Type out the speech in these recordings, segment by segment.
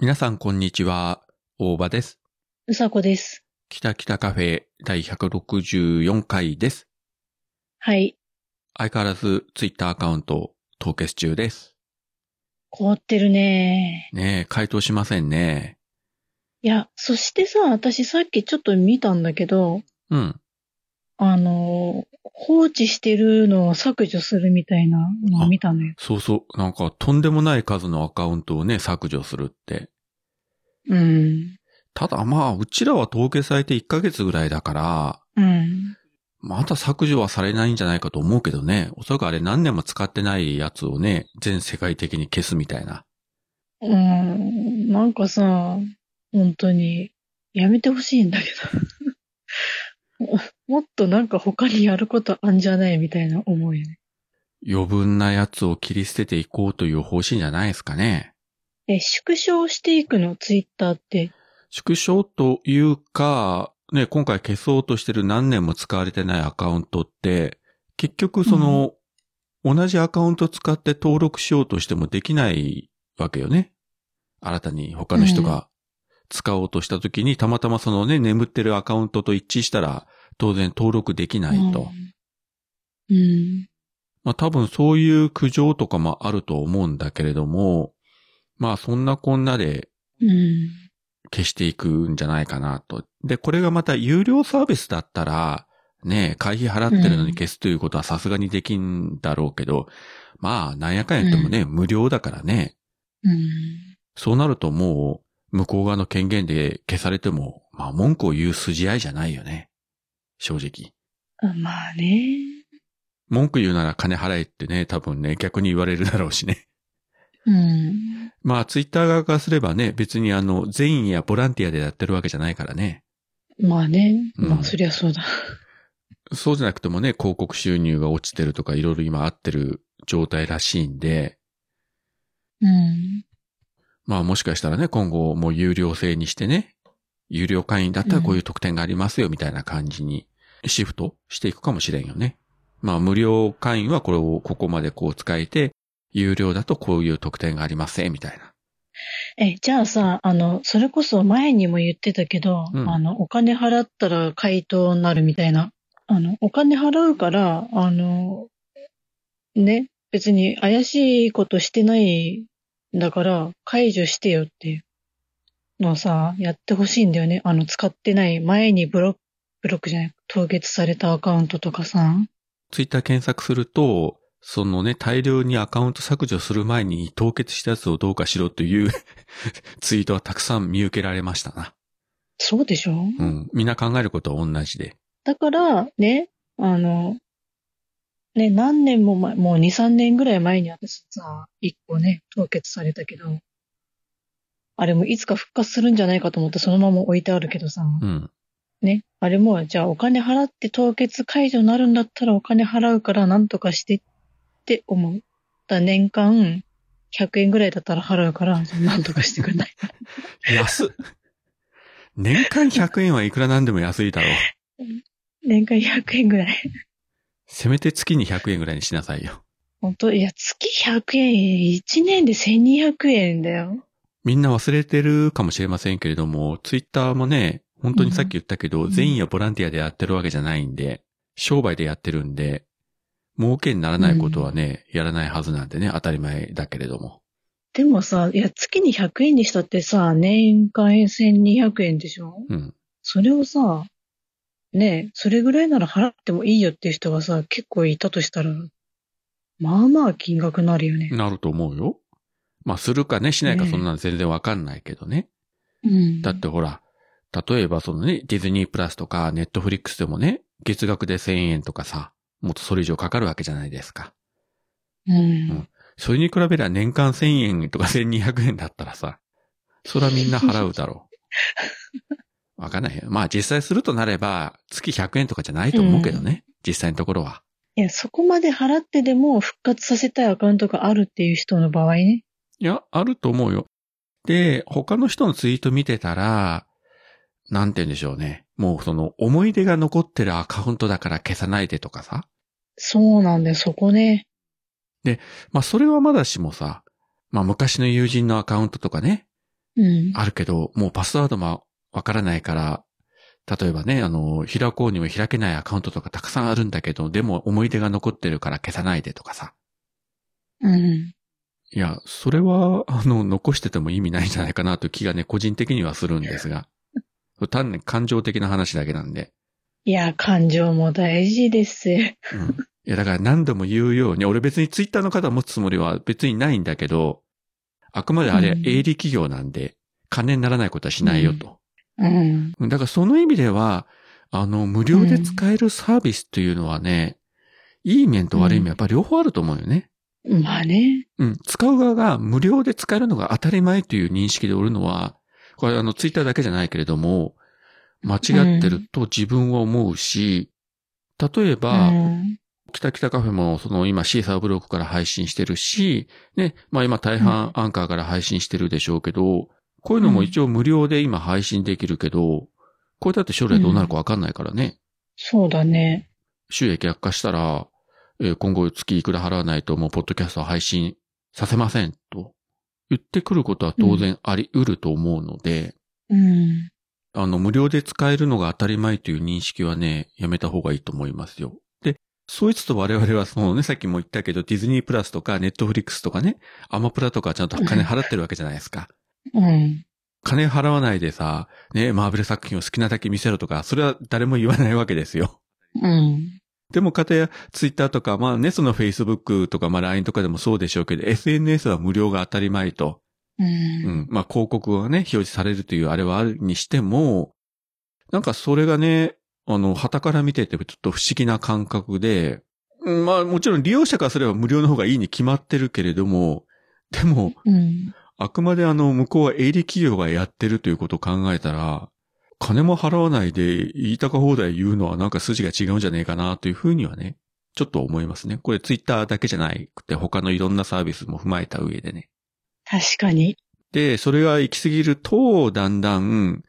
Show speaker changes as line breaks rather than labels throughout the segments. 皆さん、こんにちは。大場です。
うさこです。
北北カフェ第164回です。
はい。
相変わらずツイッターアカウント凍結中です。
凍ってるね。
ねえ、回答しませんね。
いや、そしてさ、私さっきちょっと見たんだけど、
うん。
あの、放置してるのを削除するみたいなのを見たのよ。
そうそう。なんか、とんでもない数のアカウントをね、削除するって。
うん。
ただまあ、うちらは凍結されて1ヶ月ぐらいだから、
うん。
また削除はされないんじゃないかと思うけどね。おそらくあれ何年も使ってないやつをね、全世界的に消すみたいな。
うん。なんかさ、本当に、やめてほしいんだけど。 もっとなんか他にやることあんじゃないみたいな思うよね。
余分なやつを切り捨てていこうという方針じゃないですかね。
え、縮小していくの、ツイッターって。
縮小というか、ね、今回消そうとしてる何年も使われてないアカウントって、結局その、同じアカウント使って登録しようとしてもできないわけよね。新たに他の人が使おうとした時に、たまたまそのね、眠ってるアカウントと一致したら、当然登録できないと。
うん。うん。
まあ多分そういう苦情とかもあると思うんだけれども、まあそんなこんなで
うん。
消していくんじゃないかなと。で、これがまた有料サービスだったら、ねえ、会費払ってるのに消すということはさすがにできんだろうけど、まあ、なんやかんや言ってもね、無料だからね、
うん。
そうなるともう、向こう側の権限で消されても、まあ、文句を言う筋合いじゃないよね。正直。
あまあね。
文句言うなら金払えってね、多分ね、逆に言われるだろうしね。
うん。
まあ、ツイッター側からすればね、別にあの、善意やボランティアでやってるわけじゃないからね。
まあね。
うん
まあそりゃそうだ。
そうじゃなくてもね、広告収入が落ちてるとかいろいろ今合ってる状態らしいんで、
うん。
まあもしかしたらね、今後もう有料制にしてね、有料会員だったらこういう特典がありますよみたいな感じにシフトしていくかもしれんよね。まあ無料会員はこれをここまでこう使えて、有料だとこういう特典がありますねみたいな。
え、じゃあさ、あの、それこそ前にも言ってたけど、
うん
あの、お金払ったら回答になるみたいな。あの、お金払うから、あの、ね、別に怪しいことしてないんだから、解除してよっていうのをさ、やってほしいんだよね。あの、使ってない、前にブロック、ブロックじゃない、凍結されたアカウントとかさ。
ツイッター検索すると、そのね、大量にアカウント削除する前に凍結したやつをどうかしろという ツイートはたくさん見受けられましたな。
そうでしょ
うん。みんな考えることは同じで。
だから、ね、あの、ね、何年も前、もう2、3年ぐらい前に私さ、一個ね、凍結されたけど、あれもいつか復活するんじゃないかと思ってそのまま置いてあるけどさ、
うん。
ね、あれも、じゃあお金払って凍結解除になるんだったらお金払うからなんとかしてって思う。だから年間、100円ぐらいだったら払うから、なんとかしてくれない。
安っ年間100円はいくらなんでも安いだろう。
年間100円ぐらい。
せめて月に100円ぐらいにしなさいよ。
本当いや、月100円、1年で1200円だよ。
みんな忘れてるかもしれませんけれども、ツイッターもね、本当にさっき言ったけど、
うん
善意やボランティアでやってるわけじゃないんで、商売でやってるんで、儲けにならないことはね、やらないはずなんでね、当たり前だけれども。
でもさ、いや、月に100円にしたってさ、年間1200円でしょ
うん。
それをさ、ねえ、それぐらいなら払ってもいいよっていう人がさ、結構いたとしたら、まあまあ金額なるよね。
なると思うよ。まあ、するかね、しないか
ねえ
そんなの全然わかんないけどね。
うん。
だってほら、例えばそのね、ディズニープラスとかネットフリックスでもね、月額で1000円とかさ、もっとそれ以上かかるわけじゃないですか。
うん。
それに比べれば年間1000円とか1200円だったらさ、そらみんな払うだろ う。わかんないよ。まあ実際するとなれば、月100円とかじゃないと思うけどね。実際のところは。
いや、そこまで払ってでも復活させたいアカウントがあるっていう人の場合ね。
いや、あると思うよ。で、他の人のツイート見てたら、なんて言うんでしょうね。もうその思い出が残ってるアカウントだから消さないでとかさ。
そうなんだよ、そこね。
まあそれはまだしもさ、まあ昔の友人のアカウントとかね、
うん。
あるけど、もうパスワードもわからないから、例えばね、あの、開こうにも開けないアカウントとかたくさんあるんだけど、でも思い出が残ってるから消さないでとかさ。
うん。
いや、それは、あの、残してても意味ないんじゃないかなという気がね、個人的にはするんです が。単に感情的な話だけなんで。
いや、感情も大事です。
うん。いや、だから何度も言うように、俺別にツイッターの方持つつもりは別にないんだけど、あくまであれ
う、ん
営利企業なんで、金にならないことはしないよと。
うん。
だからその意味では、あの、無料で使えるサービスっていうのはね、いい面と悪い面やっぱり両方あると思うよね。
まあね。
うん。使う側が無料で使えるのが当たり前という認識でおるのは、これあの、ツイッターだけじゃないけれども、間違ってると自分は思うし、例えば、
うん
北北カフェも、その今シーサーブログから配信してるし、ね、まあ今大半アンカーから配信してるでしょうけど、こういうのも一応無料で今配信できるけど、これだって将来どうなるかわかんないからね、
そうだね。
収益悪化したら、えー今後月いくら払わないともうポッドキャストは配信させませんと言ってくることは当然あり得ると思うので、
うん。
あの、無料で使えるのが当たり前という認識はね、やめた方がいいと思いますよ。で、そういつと我々はそのね、さっきも言ったけど、ディズニープラスとか、ネットフリックスとかね、アマプラとかちゃんと金払ってるわけじゃないですか。
うん。
金払わないでさ、ね、マーベル作品を好きなだけ見せろとか、それは誰も言わないわけですよ。
うん。
でも、方やツイッターとか、まあね、その Facebook とか、まあ LINE とかでもそうでしょうけど、SNS は無料が当たり前と。
う。
うんん。まあ、広告がね、表示されるというあれはあるにしても、なんかそれがね、あの、旗から見ててちょっと不思議な感覚で、うんまあ、もちろん利用者からすれば無料の方がいいに決まってるけれども、でも、
うん。
あくまであの、向こうは営利企業がやってるということを考えたら、金も払わないで言いたか放題言うのはなんか筋が違うんじゃねえかなというふうにはね、ちょっと思いますね。これツイッターだけじゃなくて他のいろんなサービスも踏まえた上でね。
確かに。
で、それが行き過ぎると、だんだん、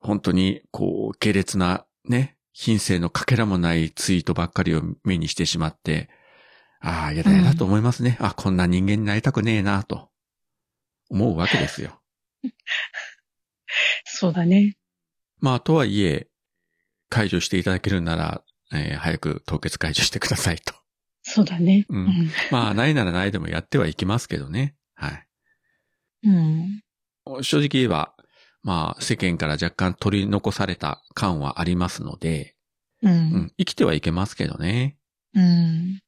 本当に、こう、下劣な、ね、品性のかけらもないツイートばっかりを目にしてしまって、ああ、やだやだと思いますね。あ、こんな人間になりたくねえな、と、思うわけですよ。
そうだね。
まあ、とはいえ、解除していただけるなら、えー早く凍結解除してくださいと。
そうだね。
う
うんん。
まあ、ないならないでもやってはいきますけどね。はい。
うん。
正直言えば、まあ、世間から若干取り残された感はありますので、
う。
うんん、生きてはいけますけどね。
うん。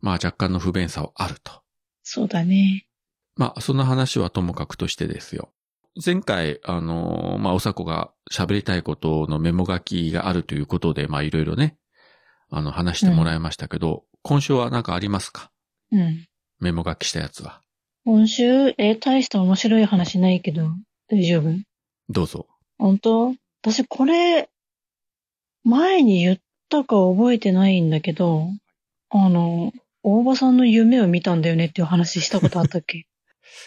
まあ若干の不便さはあると。
そうだね。
まあそんな話はともかくとしてですよ。前回、あのーまあおさこが喋りたいことのメモ書きがあるということで、まあいろいろね、あの話してもらいましたけど、今週は何かありますか
うん。
メモ書きしたやつは。
今週、えー、大した面白い話ないけど、大丈夫
どうぞ。
本当私これ、前に言ったか覚えてないんだけど、あの、大場さんの夢を見たんだよねっていう話したことあったっけ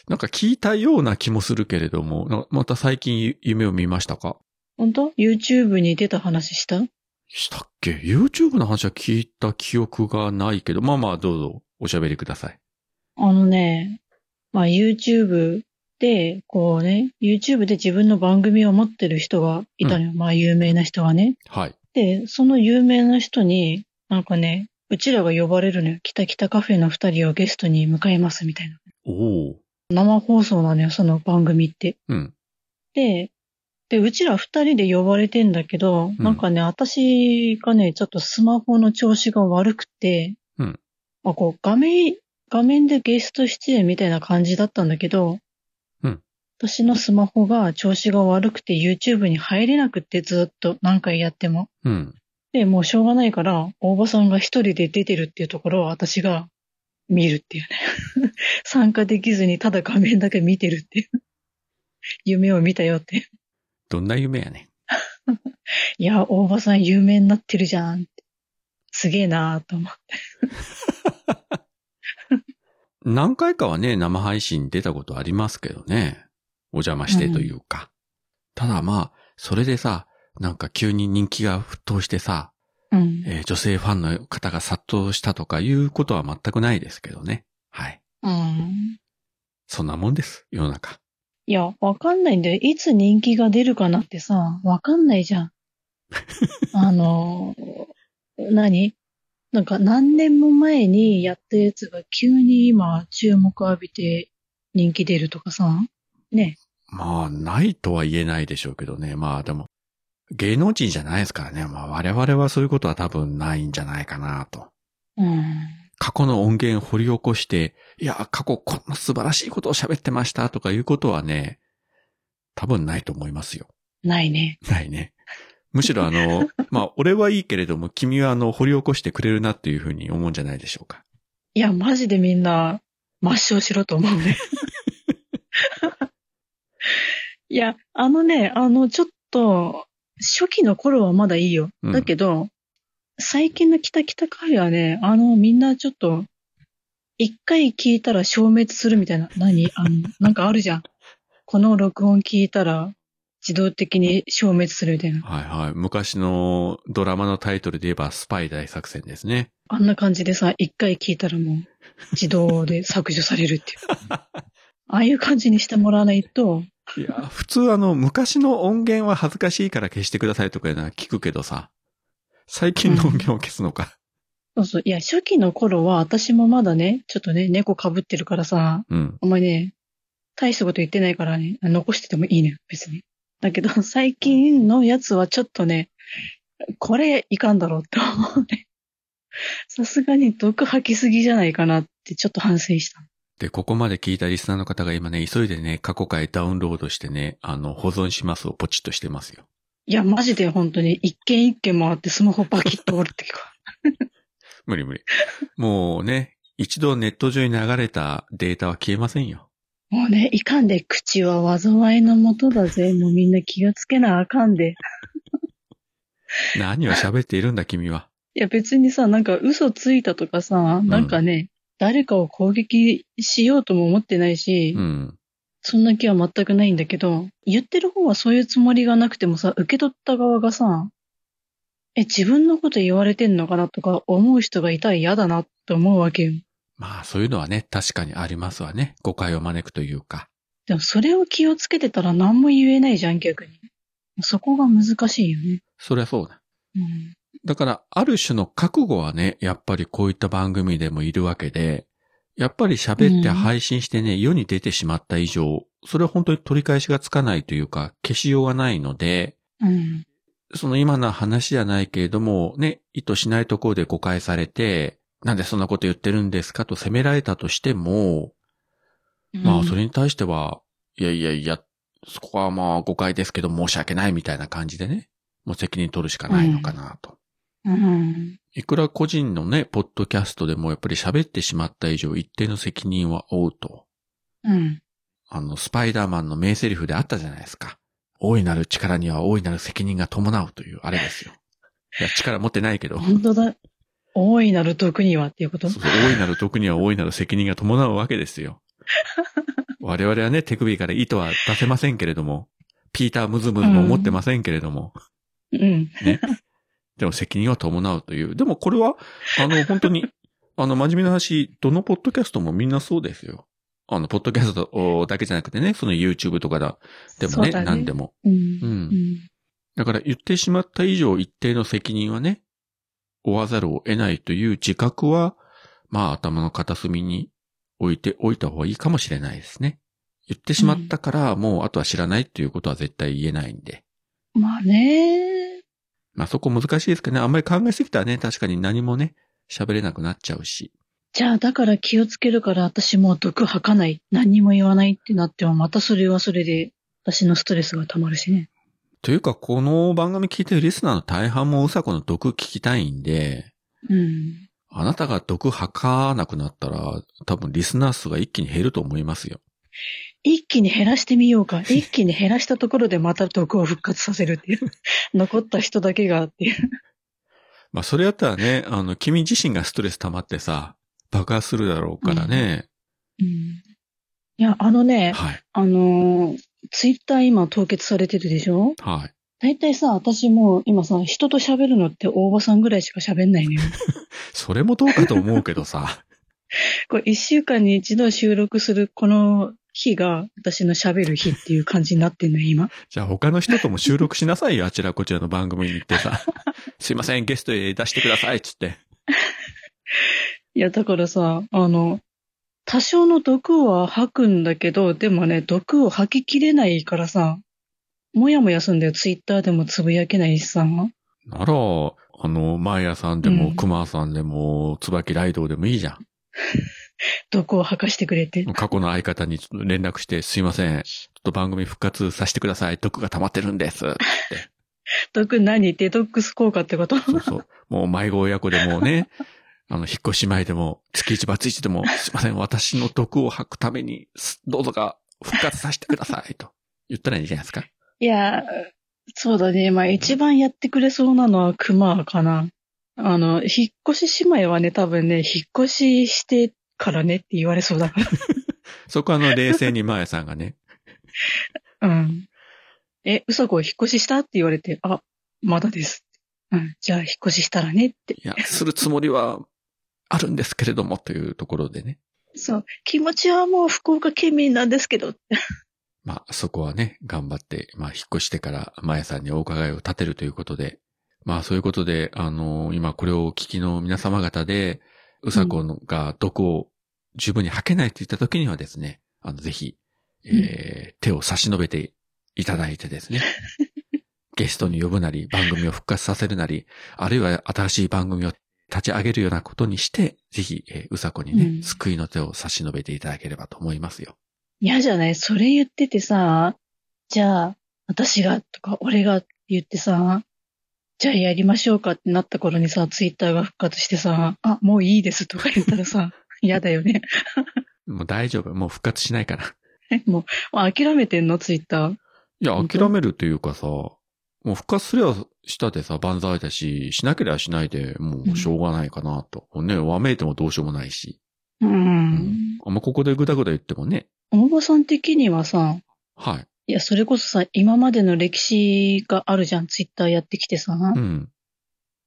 なんか聞いたような気もするけれども、なまた最近ゆ夢を見ましたか
本当 ?YouTube に出た話した
したっけ ?YouTube の話は聞いた記憶がないけど、まあまあどうぞおしゃべりください。
あのね、まあ YouTube で、こうね、YouTube で自分の番組を持ってる人がいたのよ。まあ有名な人がね。
はい。
で、その有名な人に、なんかね、うちらが呼ばれるのよ。キタキタカフェの二人をゲストに迎えますみたいな。
おお。
生放送なのよ、その番組って。
うん。
で、で、うちら二人で呼ばれてんだけど、なんかね、私がね、ちょっとスマホの調子が悪くて、
うん
まあこう、画面、画面でゲスト出演みたいな感じだったんだけど、
うん
私のスマホが調子が悪くて YouTube に入れなくってずっと何回やっても。
うん。
で、もうしょうがないから、大場さんが一人で出てるっていうところを私が見るっていうね。 参加できずにただ画面だけ見てるっていう。 夢を見たよって。
どんな夢やね
いや、大場さん有名になってるじゃんって。すげえなーと思って。
ん。何回かはね、生配信出たことありますけどね。お邪魔してというか。ただまあ、それでさ、なんか急に人気が沸騰してさ、
うん。
えー女性ファンの方が殺到したとかいうことは全くないですけどね。はい。
うん。
そんなもんです、世の中。
いや、わかんないんだよ。いつ人気が出るかなってさ、わかんないじゃん。あの、何なんか何年も前にやったやつが急に今注目浴びて人気出るとかさ。ね。
まあ、ないとは言えないでしょうけどね。まあでも、芸能人じゃないですからね。まあ我々はそういうことは多分ないんじゃないかなと。
うん。
過去の音源を掘り起こして、いや、過去こんな素晴らしいことを喋ってましたとかいうことはね、多分ないと思いますよ。
ないね。
ないね。むしろあの、 まあ俺はいいけれども、君はあの、掘り起こしてくれるなっていうふうに思うんじゃないでしょうか。
いや、マジでみんな、抹消しろと思う ね。いや、あのね、あの、ちょっと、初期の頃はまだいいよ。
うん
だけど、最近のキタキタカフェはね、あの、みんなちょっと、一回聞いたら消滅するみたいな、何あの、なんかあるじゃん。この録音聞いたら、自動的に消滅するみたいな。
はいはい。昔のドラマのタイトルで言えば、スパイ大作戦ですね。
あんな感じでさ、一回聞いたらもう、自動で削除されるっていう。ああいう感じにしてもらわないと、
いや、普通あの、昔の音源は恥ずかしいから消してくださいとかいうのは聞くけどさ、最近の音源を消すのか。
そうそう。いや、初期の頃は私もまだね、ちょっとね、猫被ってるからさ、
うん。
お前ね、大したこと言ってないからね、残しててもいいね、別に。だけど、最近のやつはちょっとね、これいかんだろうって思うね。さすがに毒吐きすぎじゃないかなってちょっと反省した。
で、ここまで聞いたリスナーの方が今ね、急いでね、過去回ダウンロードしてね、あの、保存しますをポチッとしてますよ。
いや、マジで本当に一軒一軒回ってスマホバキッと折るっていうか。
無理無理。もうね、一度ネット上に流れたデータは消えませんよ。
もうね、いかんで、口は災いのもとだぜ。もうみんな気がつけなあかんで。
何を喋っているんだ、君は。
いや別にさ、なんか嘘ついたとかさ、なんかね、誰かを攻撃しようとも思ってないし、
うん。
そんな気は全くないんだけど、言ってる方はそういうつもりがなくてもさ、受け取った側がさ、え、自分のこと言われてんのかなとか思う人がいたら嫌だなって思うわけよ。
まあ、そういうのはね、確かにありますわね。誤解を招くというか。
でもそれを気をつけてたら何も言えないじゃん、逆に。そこが難しいよね。
そりゃそうだ。
うん。
だから、ある種の覚悟はね、やっぱりこういった番組でもいるわけで、やっぱり喋って
うん
配信してね、世に出てしまった以上、それは本当に取り返しがつかないというか、消しようがないので、
うん。
その今の話じゃないけれども、ね、意図しないところで誤解されて、なんでそんなこと言ってるんですかと責められたとしても、まあそれに対しては、いやいやいや、そこはまあ誤解ですけど申し訳ないみたいな感じでね、もう責任取るしかないのかなと。
うん。
いくら個人のね、ポッドキャストでもやっぱり喋ってしまった以上一定の責任は負うと。
うん。
あの、スパイダーマンの名台詞であったじゃないですか。大いなる力には大いなる責任が伴うという、あれですよ。いや、力持ってないけど。
本当だ。大いなる毒にはっていうこと
そうそう大いなる毒には大いなる責任が伴うわけですよ。我々はね、手首から糸は出せませんけれども、ピータームズムズも持ってませんけれども、
うん。
ね。 でも責任は伴うという。でもこれは、あの、本当に、あの、真面目な話、どのポッドキャストもみんなそうですよ。あの、ポッドキャストだけじゃなくてね、その YouTube とかだ。でも
そう
ね、
だね
何でも。
うん。
う。
うんん。
だから言ってしまった以上、一定の責任はね、負わざるを得ないという自覚は、まあ、頭の片隅に置いておいた方がいいかもしれないですね。言ってしまったから、もうあとは知らないっていうことは絶対言えないんで。
まあね。
まあそこ難しいですけどね。あんまり考えすぎたらね、確かに何もね、喋れなくなっちゃうし。
じゃあ、だから気をつけるから私もう毒吐かない。何にも言わないってなっても、またそれはそれで、私のストレスが溜まるしね。
というか、この番組聞いてるリスナーの大半もうさこの毒聞きたいんで、
うん。
あなたが毒吐かなくなったら、多分リスナー数が一気に減ると思いますよ。
一気に減らしてみようか。一気に減らしたところでまた毒を復活させるっていう。 残った人だけがっていう。
まあそれやったらね、あの、君自身がストレス溜まってさ、爆発するだろうからね。
うん。いや、あのね、
はい。
あのーツイッター今凍結されてるでしょ
はい。
大体さ、私もう今さ、人と喋るのって大場さんぐらいしか喋んないのよ。
それもどうかと思うけどさ。
これ一週間に一度収録するこの日が私の喋る日っていう感じになってんのよ、今。
じゃあ他の人とも収録しなさいよ、あちらこちらの番組に行ってさ。 すいません、ゲストへ出してください、つって。
いや、だからさ、あの、多少の毒は吐くんだけど、でもね、毒を吐ききれないからさ、もやもやすんだよ。ツイッターでもつぶやけないしさ。
なら、あの、マーヤさんでも、
うん
クマさんでも、椿ライドウでもいいじゃ
毒を吐かしてくれて。
ん。過去の相方にちょっと連絡して、すいません、ちょっと番組復活させてください、毒が溜まってるん です。
毒何デトックス効果ってこと
そうそう。もう迷子親子でもね、あの、引っ越し前でも、月一バツイチでも、すいません、私の毒を吐くために、すどうぞが復活させてください、と言ったらいいんじゃないですか。
いや、そうだね。まあ一番やってくれそうなのは熊かな。あの、引っ越し姉妹はね、多分ね、引っ越ししてからねって言われそうだか
そこはあの、冷静にマーヤさんがね、
ら。 うん。え、うさこ引っ越ししたって言われて、あ、まだです。うん、じゃあ引っ越ししたらねって。
いや、するつもりは、あるんですけれども、というところでね。
そう。気持ちはもう福岡県民なんですけど。
まあ、そこはね、頑張って、まあ、引っ越してから、まやさんにお伺いを立てるということで、まあ、そういうことで、あの今これをお聞きの皆様方で、うさこのが毒を十分に吐けないといった時にはですね、あの、ぜひ、えー手を差し伸べていただいてですね、 ゲストに呼ぶなり、番組を復活させるなり、あるいは新しい番組を立ち上げるようなことにして、ぜひ、えーうさこにね、
うん
救いの手を差し伸べていただければと思いますよ。
嫌じゃないそれ言っててさ、じゃあ、私がとか、俺がって言ってさ、じゃあやりましょうかってなった頃にさ、ツイッターが復活してさ、あ、もういいですとか言ったらさ、 嫌だよね。
もう大丈夫。もう復活しない から。
もう、もう諦めてんのツイッター。
いや、
本当
諦めるというかさ、もう復活すりゃしたでさ、万歳だし、しなければしないで、もうしょうがないかなと。ね、わめいてもどうしようもないし。
うん。
あんまここでぐだぐだ言ってもね、
大場さん的にはさ、
はい。
いや、それこそさ、今までの歴史があるじゃん、ツイッターやってきてさ。
うん。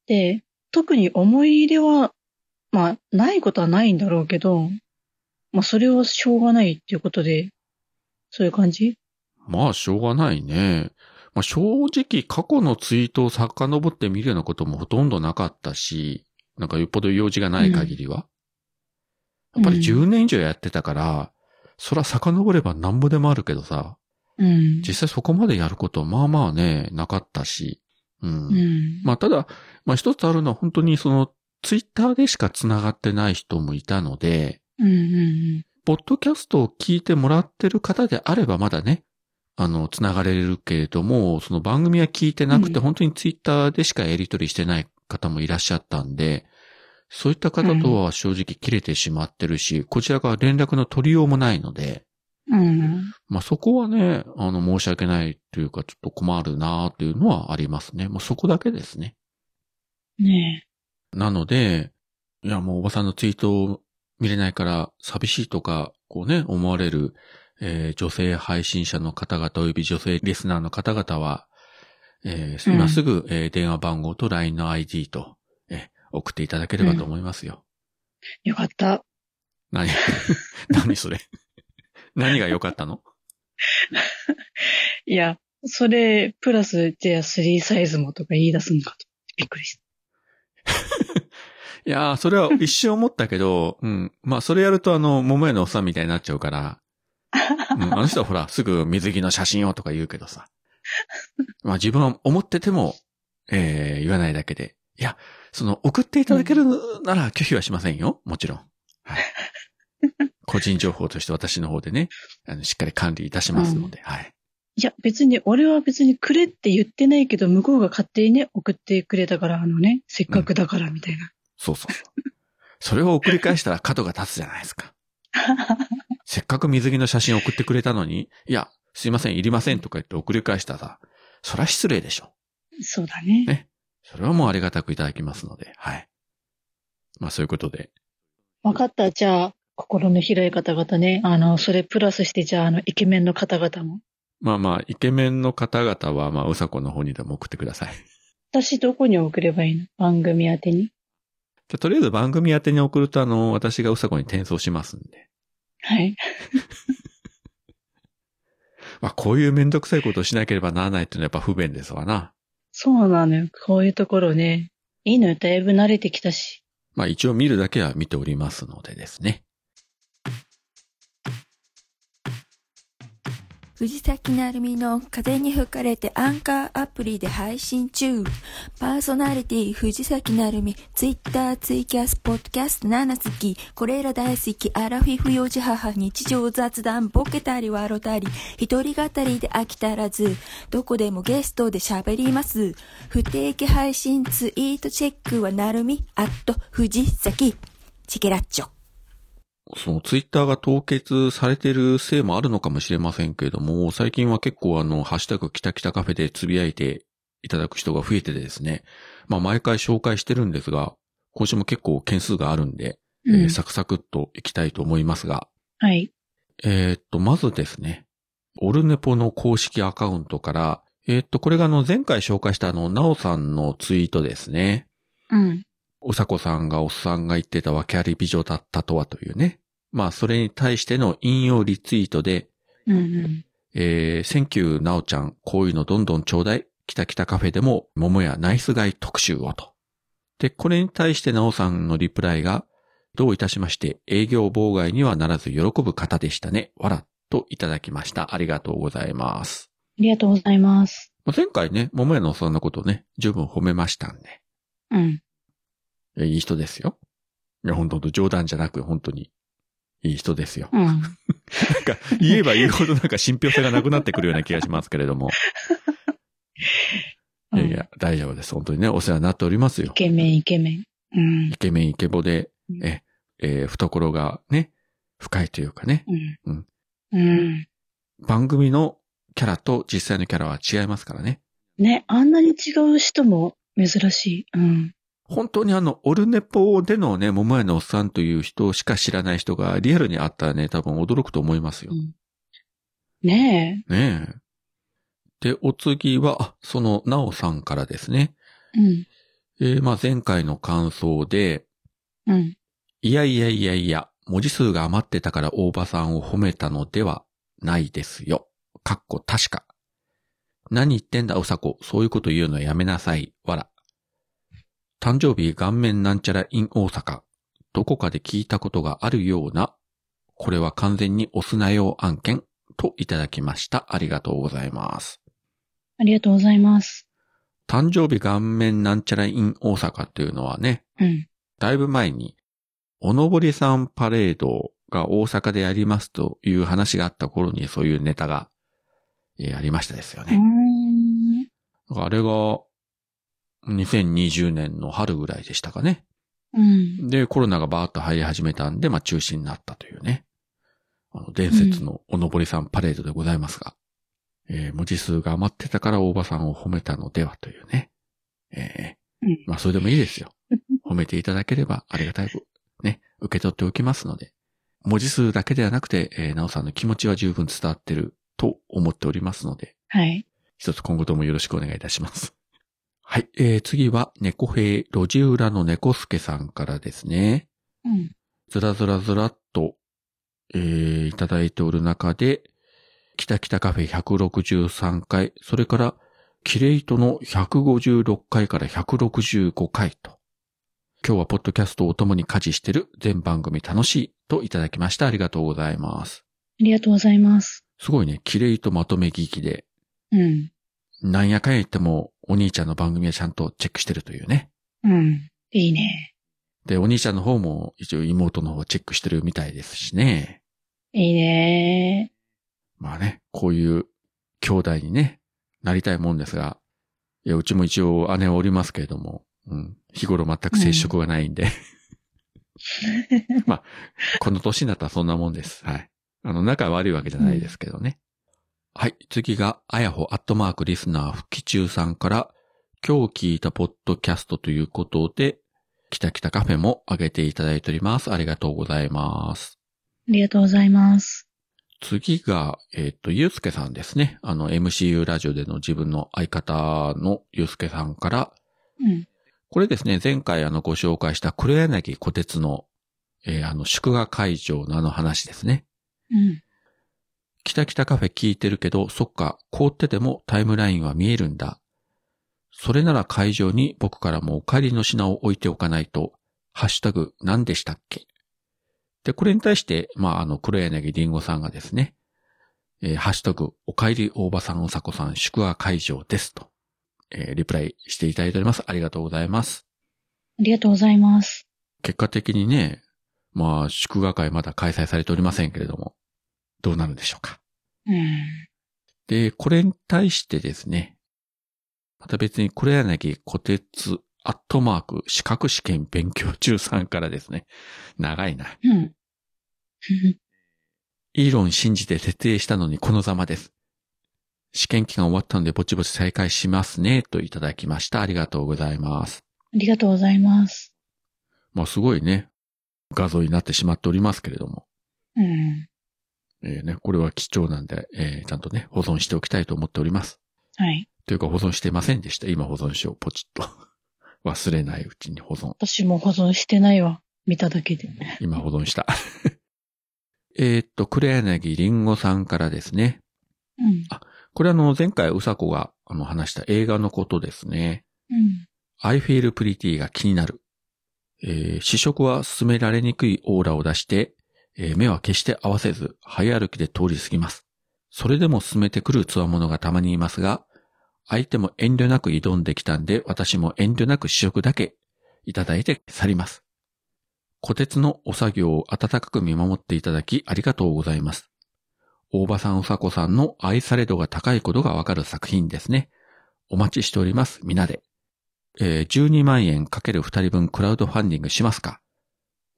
で、特に思い入れは、まあ、ないことはないんだろうけど、まあ、それはしょうがないっていうことで、そういう感じ
まあ、しょうがないね。まあ、正直、過去のツイートを遡ってみるようなこともほとんどなかったし、なんかよっぽど用事がない限りは。
うん
やっぱり10年以上やってたから、そら遡ればなんぼでもあるけどさ、
うん。
実際そこまでやること、まあまあね、なかったし。うん。
うん。
まあただ、まあ一つあるのは本当にその、ツイッターでしか繋がってない人もいたので、
うんうん
ポッドキャストを聞いてもらってる方であればまだね、あの、繋がれるけれども、その番組は聞いてなくて、
うん
本当にツイッターでしかやり取りしてない方もいらっしゃったんで、そういった方とは正直切れてしまってるし、こちらから連絡の取りようもないので、
うん。うん。
まあ、そこはね、あの、申し訳ないというか、ちょっと困るなっていうのはありますね。もうそこだけですね。
ね
なので、いや、もうおばさんのツイートを見れないから寂しいとか、こうね、思われる、えー女性配信者の方々及び女性リスナーの方々は、えー
うん
今すぐ、えー電話番号と LINE の ID と、えー送っていただければと思いますよ。
え。よかった。
何 何それ何が良かったの
いや、それ、プラス、じゃあ3サイズもとか言い出すのかと。びっくりした。
いやー、それは一瞬思ったけど、うん。まあ、それやるとあの、桃屋のおっさんみたいになっちゃうから、うん、あの人はほら、すぐ水着の写真をとか言うけどさ。まあ、自分は思ってても、えー、言わないだけで。いや、その、送っていただけるなら拒否はしませんよ。もちろん。はい。個人情報として私の方でね、あの、しっかり管理いたしますので、はい。
いや、別に、俺は別にくれって言ってないけど、向こうが勝手にね、送ってくれたから、あのね、せっかくだから、みたいな。
そうそうそう。それを送り返したら角が立つじゃないですか。 せっかく水着の写真送ってくれたのに、いや、すいません、いりませんとか言って送り返したら、そら失礼でしょ。
そうだね。
ねそれはもうありがたくいただきますので、はい。まあそういうことで。
わかった。じゃあ、心の広い方々ね。あの、それプラスして、じゃあ、あの、イケメンの方々も。
まあまあ、イケメンの方々は、まあ、うさこの方にでも送ってください。じ
私、どこに送ればいいの番組宛てに。
ゃあとりあえず番組宛てに送ると、あの、私がうさこに転送しますんで。
はい。
まあ、こういうめんどくさいことをしなければならないっていうのはやっぱ不便ですわな。
そうなのよ。こういうところね。いいのよ。だいぶ慣れてきたし。
まあ、一応見るだけは見ておりますのでですね。
藤崎なるみの風に吹かれてアンカーアプリで配信中。パーソナリティ藤崎なるみ、ツイッター、ツイキャス、ポッドキャスト7好き、これら大好き、アラフィフ幼児母、日常雑談、ボケたり笑ったり、一人語りで飽きたらず、どこでもゲストで喋ります。不定期配信ツイートチェックはなるみ、アット藤崎、チケラッチョ。
そのツイッターが凍結されてるせいもあるのかもしれませんけれども、最近は結構あの、ハッシュタグキタキタカフェでつぶやいていただく人が増えてですね、まあ毎回紹介してるんですが、今週も結構件数があるんで、えーサクサクっといきたいと思いますが、
はい。
えーっと、まずですね、オルネポの公式アカウントから、えーっと、これがあの、前回紹介したあの、ナオさんのツイートですね。
うん。
おさこさんがおっさんが言ってた訳あり美女だったとはというね。まあ、それに対しての引用リツイートで、
うんうん。
えー、センキューなおちゃん、こういうのどんどんちょうだい。きたきたカフェでも、桃やナイスガイ特集をと。で、これに対してなおさんのリプライが、どういたしまして、営業妨害にはならず喜ぶ方でしたね。わら、といただきました。ありがとうございます。
ありがとうございます。
まあ前回ね、桃屋のおっさんのことをね、十分褒めましたんで、
うん。
えいい人ですよ。いや、本当冗談じゃなく、本当に、いい人ですよ。
うん。
なんか、言えば言うほどなんか信憑性がなくなってくるような気がしますけれど も。いやいや、大丈夫です。本当にね、お世話になっております
イ
よ。
ケメン、イケメン。うん
イ。ケメンイケボで
う、ん
え、えー懐がね、深いというかね、
うん。うん。
番組のキャラと実際のキャラは違いますからね。
ね、あんなに違う人も珍しい。うん。
本当にあの、オルネポでのね、桃屋のおっさんという人しか知らない人がリアルにあったらね、多分驚くと思いますよ
う。んね
ねえ。で、お次は、あその、なおさんからですね。
え。うん。
えーまあ前回の感想で、
うん。
いやいやいやいや、文字数が余ってたから大場さんを褒めたのではないですよ。かっこ確か。何言ってんだ、うさこ。そういうこと言うのやめなさい。わら。誕生日顔面なんちゃら in 大阪。どこかで聞いたことがあるような。これは完全に押すなよ案件。といただきました。ありがとうございます。
ありがとうございます。
誕生日顔面なんちゃら in 大阪っていうのはね、
うん。
だいぶ前に、おのぼりさんパレードが大阪でやりますという話があった頃にそういうネタが、えーありましたですよ
うー
ね。
ん。
あれが、2020年の春ぐらいでしたかね。
うん。
で、コロナがバーッと入り始めたんで、まあ中止になったというね。あの、伝説のおのぼりさんパレードでございますが、えー文字数が余ってたから大場さんを褒めたのではというね。えー
うん
まあそれでもいいですよ。褒めていただければありがたいぶ、ね、受け取っておきますので、文字数だけではなくて、えーなおさんの気持ちは十分伝わってると思っておりますので、
はい。
一つ今後ともよろしくお願いいたします。はい、えー、次は猫兵路地裏の猫助さんからですね。
うん。
ずらずらずらっと、えー、いただいておる中で、きたきたカフェ163回、それから、キレイトの156回から165回と。今日はポッドキャストを共に家事してる全番組楽しいといただきました。ありがとうございます。
ありがとうございます。
すごいね、キレイトまとめ聞きで、
うん。
なんやかんや言ってもお兄ちゃんの番組はちゃんとチェックしてるというね。
うん。いいね。
で、お兄ちゃんの方も一応妹の方をチェックしてるみたいですしね。
いいね。
まあね、こういう兄弟にね、なりたいもんですが、いや、うちも一応姉はおりますけれども、うん、日頃全く接触がないんで。まあ、この年になったらそんなもんです。はい。あの、仲悪いわけじゃないですけどね。はい。次が、あやほアットマークリスナー復帰中さんから、今日聞いたポッドキャストということで、きたきたカフェも上げていただいております。ありがとうございます。
ありがとうございます。
次が、えっ、と、ゆうすけさんですね。あの、MCU ラジオでの自分の相方のゆうすけさんから、
うん。
これですね、前回あの、ご紹介した黒柳小鉄の、えーあの、祝賀会場のあの話ですね。
うん。
キタキタカフェ聞いてるけど、そっか、凍っててもタイムラインは見えるんだ。それなら会場に僕からもお帰りの品を置いておかないと、ハッシュタグ何でしたっけで、これに対して、まあ、あの、黒柳りんごさんがですね、えーハッシュタグ、お帰り大場さんおさこさん宿泊会場ですと、えーリプライしていただいております。ありがとうございます。
りがとうございます。
結果的にね、まあ、祝賀会まだ開催されておりませんけれども、どうなるんでしょうか。
うん。
で、これに対してですね、また別に黒柳小鉄アットマーク資格試験勉強中さんからですね、長いな。
うん。
イーロン信じて徹底したのにこのざまです。試験期間終わったのでぼちぼち再開しますね、といただきました。ありがとうございます。
ありがとうございます。
まあすごいね、画像になってしまっておりますけれども。
うん。
えーね、これは貴重なんで、えーちゃんとね、保存しておきたいと思っております。
はい。
というか保存してませんでした。今保存しよう。ポチッと。 忘れないうちに保存。
私も保存してないわ。見ただけで。
今保存した。 えーっと、黒柳りんごさんからですね。
うん。
これあの、前回うさこがあの話した映画のことですね。
うん。
I feel pretty が気になる。えー試食は進められにくいオーラを出して、えー目は決して合わせず、早歩きで通り過ぎます。それでも進めてくる強者がたまにいますが、相手も遠慮なく挑んできたんで、私も遠慮なく試食だけいただいて去ります。小鉄のお作業を温かく見守っていただきありがとうございます。大場さん、うさこさんの愛され度が高いことがわかる作品ですね。お待ちしております。皆で。えー12万円かける2人分クラウドファンディングしますか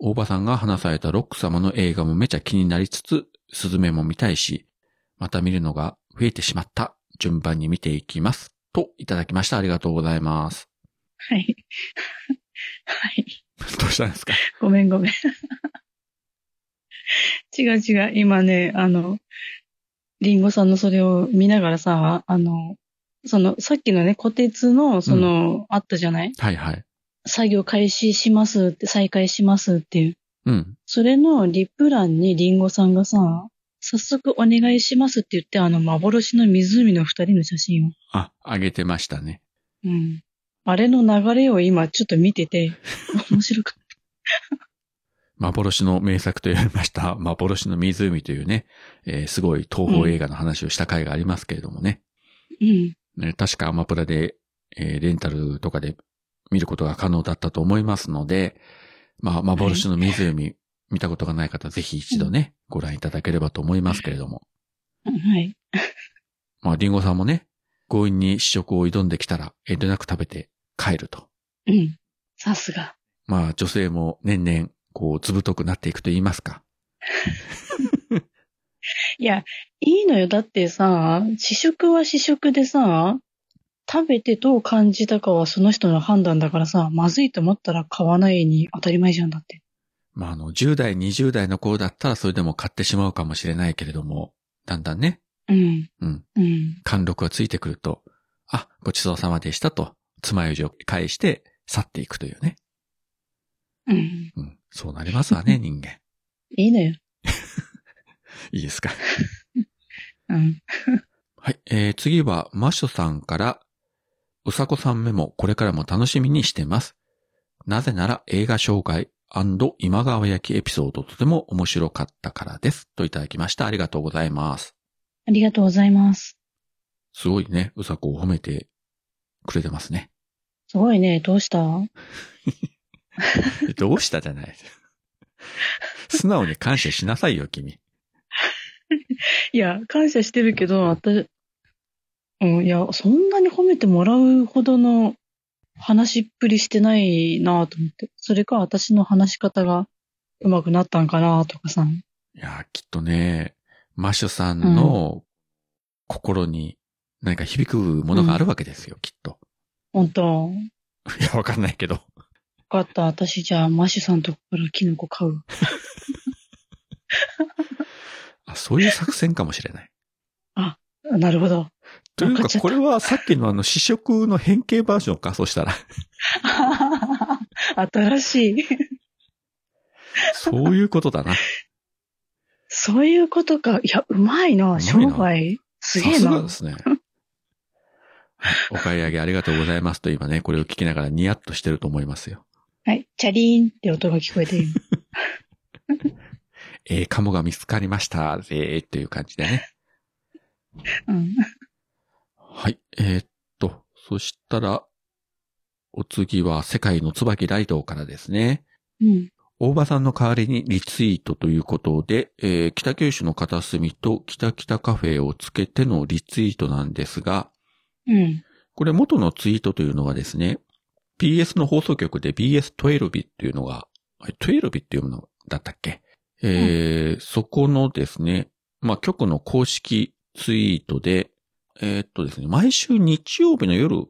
大場さんが話されたロック様の映画もめちゃ気になりつつ、スズメも見たいし、また見るのが増えてしまった。順番に見ていきます。と、いただきました。ありがとうございます。
はい。 はい。
どうしたんですか
ごめんごめん。違う違う。今ね、あの、リンゴさんのそれを見ながらさ、あの、その、さっきのね、虎鉄の、その、あったじゃない
はいはい。
作業開始しますって、再開しますっていう。
うん。
それのリプランにリンゴさんがさ、早速お願いしますって言って、あの、幻の湖の二人の写真を。
あ、あげてましたね。
うん。あれの流れを今ちょっと見てて、面白かっ
幻の名作と言われました。幻の湖というね、えーすごい東方映画の話をした回がありますけれどもね。
た。うん。
ね、確かアマプラで、えーレンタルとかで見ることが可能だったと思いますので、まあ、幻の湖、見たことがない方、ぜひ一度ね、ご覧いただければと思いますけれども。
はい。
まあ、リンゴさんもね、強引に試食を挑んできたら、遠慮なく食べて帰ると。
うん。さすが。
まあ、女性も年々、こう、ずぶとくなっていくと言いますか。
いや、いいのよ。だってさ、試食は試食でさ、食べてどう感じたかはその人の判断だからさ、まずいと思ったら買わないに当たり前じゃんだって。
まあ、あの、10代、20代の頃だったら、それでも買ってしまうかもしれないけれども、だんだんね、
うん。
うん、
うん。
貫禄がついてくると、あ、ごちそうさまでしたと、爪楊枝を返して去っていくというね。
うん。
うん。そうなりますわね、人間。
いいのよ。
いいですか。
うん。
はい。えー、次は、マッショさんから、うさこさんメモ、これからも楽しみにしてます。なぜなら映画紹介今川焼きエピソードとても面白かったからです。といただきました。ありがとうございます。
ありがとうございます。
すごいね、うさこを褒めてくれてますね。
すごいね。どうしたうん。
どうしたじゃない。素直に感謝しなさいよ、君。
いや、感謝してるけど、私、うん、いや、そんなに褒めてもらうほどの話っぷりしてないなと思って。それか、私の話し方が上手くなったんかなとかさ。
いやー、きっとね、マッシュさんの心に何か響くものがあるわけですよ、きっと。
本当よ
いや、わかんないけど。
かった。私、じゃあ、マシュさんとこからキノコ買う。
あ、そういう作戦かもしれ ない。
なるほど。
という
わか
か
っちゃ、った
これはさっきのあの試食の変形バージョンか、そしたら。
新しい。
そういうことだな。
そういうことか。いや、うまいな、
な
商売。 すげえ
さすが
な
で。すね。はいお買い上げありがとうございますと今ね、これを聞きながらニヤッとしてると思いますよ。
はい。チャリーンって音が聞こえてる。
えー、カモが見つかりました。えー、っていう感じでね。
うん。
はい。えーっと、そしたら、お次は世界の椿ライドからですね。
うん。
大場さんの代わりにリツイートということで、えー北九州の片隅と北北カフェをつけてのリツイートなんですが、
うん。
これ元のツイートというのはですね、BS の放送局で BS12 っていうのが、あれ12っていうのだったっけえーそこのですね、まあ、局の公式ツイートで、えーっとですね、毎週日曜日の夜、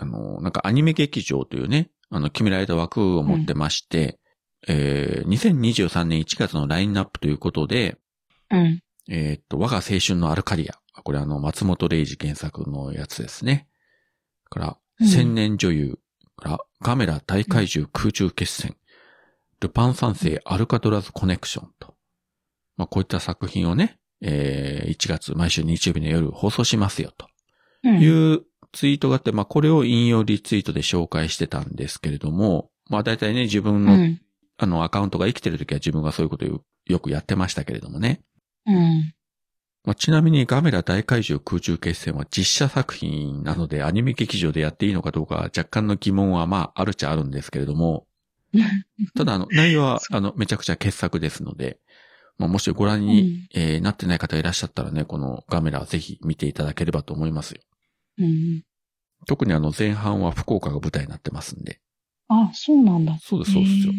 あの、なんかアニメ劇場というね、あの、決められた枠を持ってまして、えー2023年1月のラインナップということで、
うん。
えーっと、我が青春のアルカリア。これあの、松本零士原作のやつですね。から、
うん
千年女優。から、カメラ大怪獣空中決戦。ルパン三世アルカトラズコネクションと。まあ、こういった作品をね、えー、1月毎週日曜日の夜放送しますよと。
う
い
ん。
うツイートがあって、まあ、これを引用リツイートで紹介してたんですけれども、まあ、大体ね、自分
う
の、
ん。
あの、アカウントが生きてる時は自分がそういうことをよくやってましたけれどもね。
うん。
まあ、ちなみにガメラ大怪獣空中決戦は実写作品なのでアニメ劇場でやっていいのかどうかは若干の疑問はまああるっちゃあるんですけれども、ただあの内容はあのめちゃくちゃ傑作ですので、まあ、もしご覧に、えーなってない方いらっしゃったらね、このガメラぜひ見ていただければと思いますよ。
うん。
特にあの前半は福岡が舞台になってますんで。
あ、そうなんだ。
そうです、そうですよ。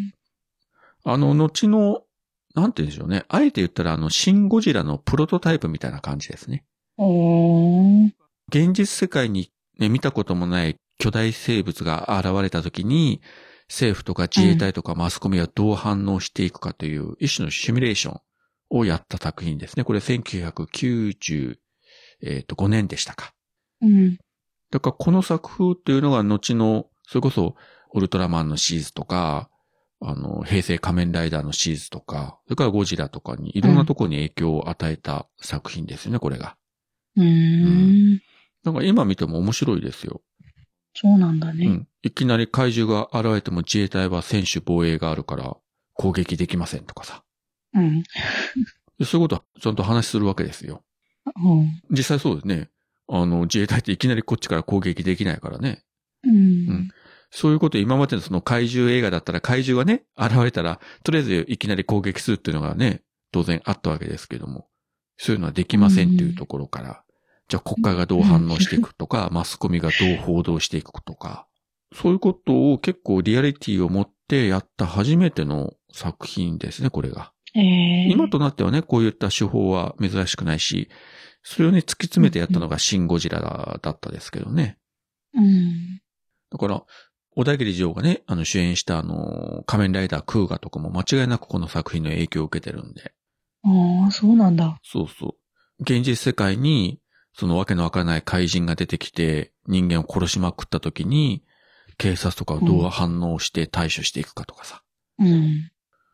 あの、後の、なんて言うんでしょうね。あえて言ったらあの、シンゴジラのプロトタイプみたいな感じですね。
おー。
現実世界に、ね、見たこともない巨大生物が現れた時に、政府とか自衛隊とかマスコミはどう反応していくかという一種のシミュレーションをやった作品ですね。これ1995年でしたか。
うん。
だからこの作風というのが後の、それこそウルトラマンのシリーズとか、あの、平成仮面ライダーのシリーズとか、それからゴジラとかにいろんなところに影響を与えた作品ですよね、これが。
うーん。
なんか今見ても面白いですよ。
そうなんだね。
うん。いきなり怪獣が現れても自衛隊は選手防衛があるから攻撃できませんとかさ。
うん。
でそういうことはちゃんと話するわけですよ。
うん
実際そうですね。あの、自衛隊っていきなりこっちから攻撃できないからね。
うん。
そういうこと今までのその怪獣映画だったら怪獣がね、現れたら、とりあえずいきなり攻撃するっていうのがね、当然あったわけですけども、そういうのはできませんっていうところから、じゃあ国会がどう反応していくとか、マスコミがどう報道していくとか、そういうことを結構リアリティを持ってやった初めての作品ですね、これが。
えー。
今となってはね、こういった手法は珍しくないし、それをね、突き詰めてやったのがシン・ゴジラだったですけどね。
うん。
だから、小田切城がね、あの主演したあの、仮面ライダークーガとかも間違いなくこの作品の影響を受けてるんで。
ああ、そうなんだ。
そうそう。現実世界に、そのわけのわからない怪人が出てきて、人間を殺しまくった時に、警察とかはどう反応して対処していくかとかさ。
うん。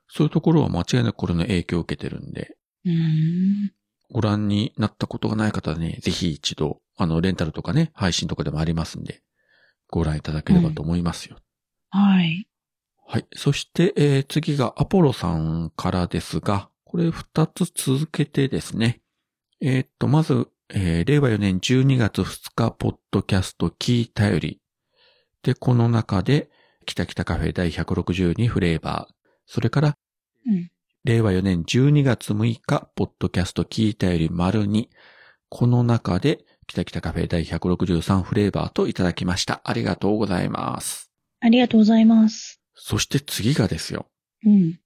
そういうところは間違いなくこれの影響を受けてるんで、
うん。
ご覧になったことがない方はね、ぜひ一度、あの、レンタルとかね、配信とかでもありますんで、ご覧いただければと思いますよ。
はい。
はい。そして、えー次がアポロさんからですが、これ二つ続けてですね。えーっと、まず、えー令和4年12月2日、ポッドキャスト聞いたより。で、この中で、北北カフェ第162フレーバー。それから、
うん
令和4年12月6日、ポッドキャスト聞いたより丸2。この中で、北北カフェ第163フレーバーといただきました。ありがとうございます。
ありがとうございます。
そして次がですよ。
うん。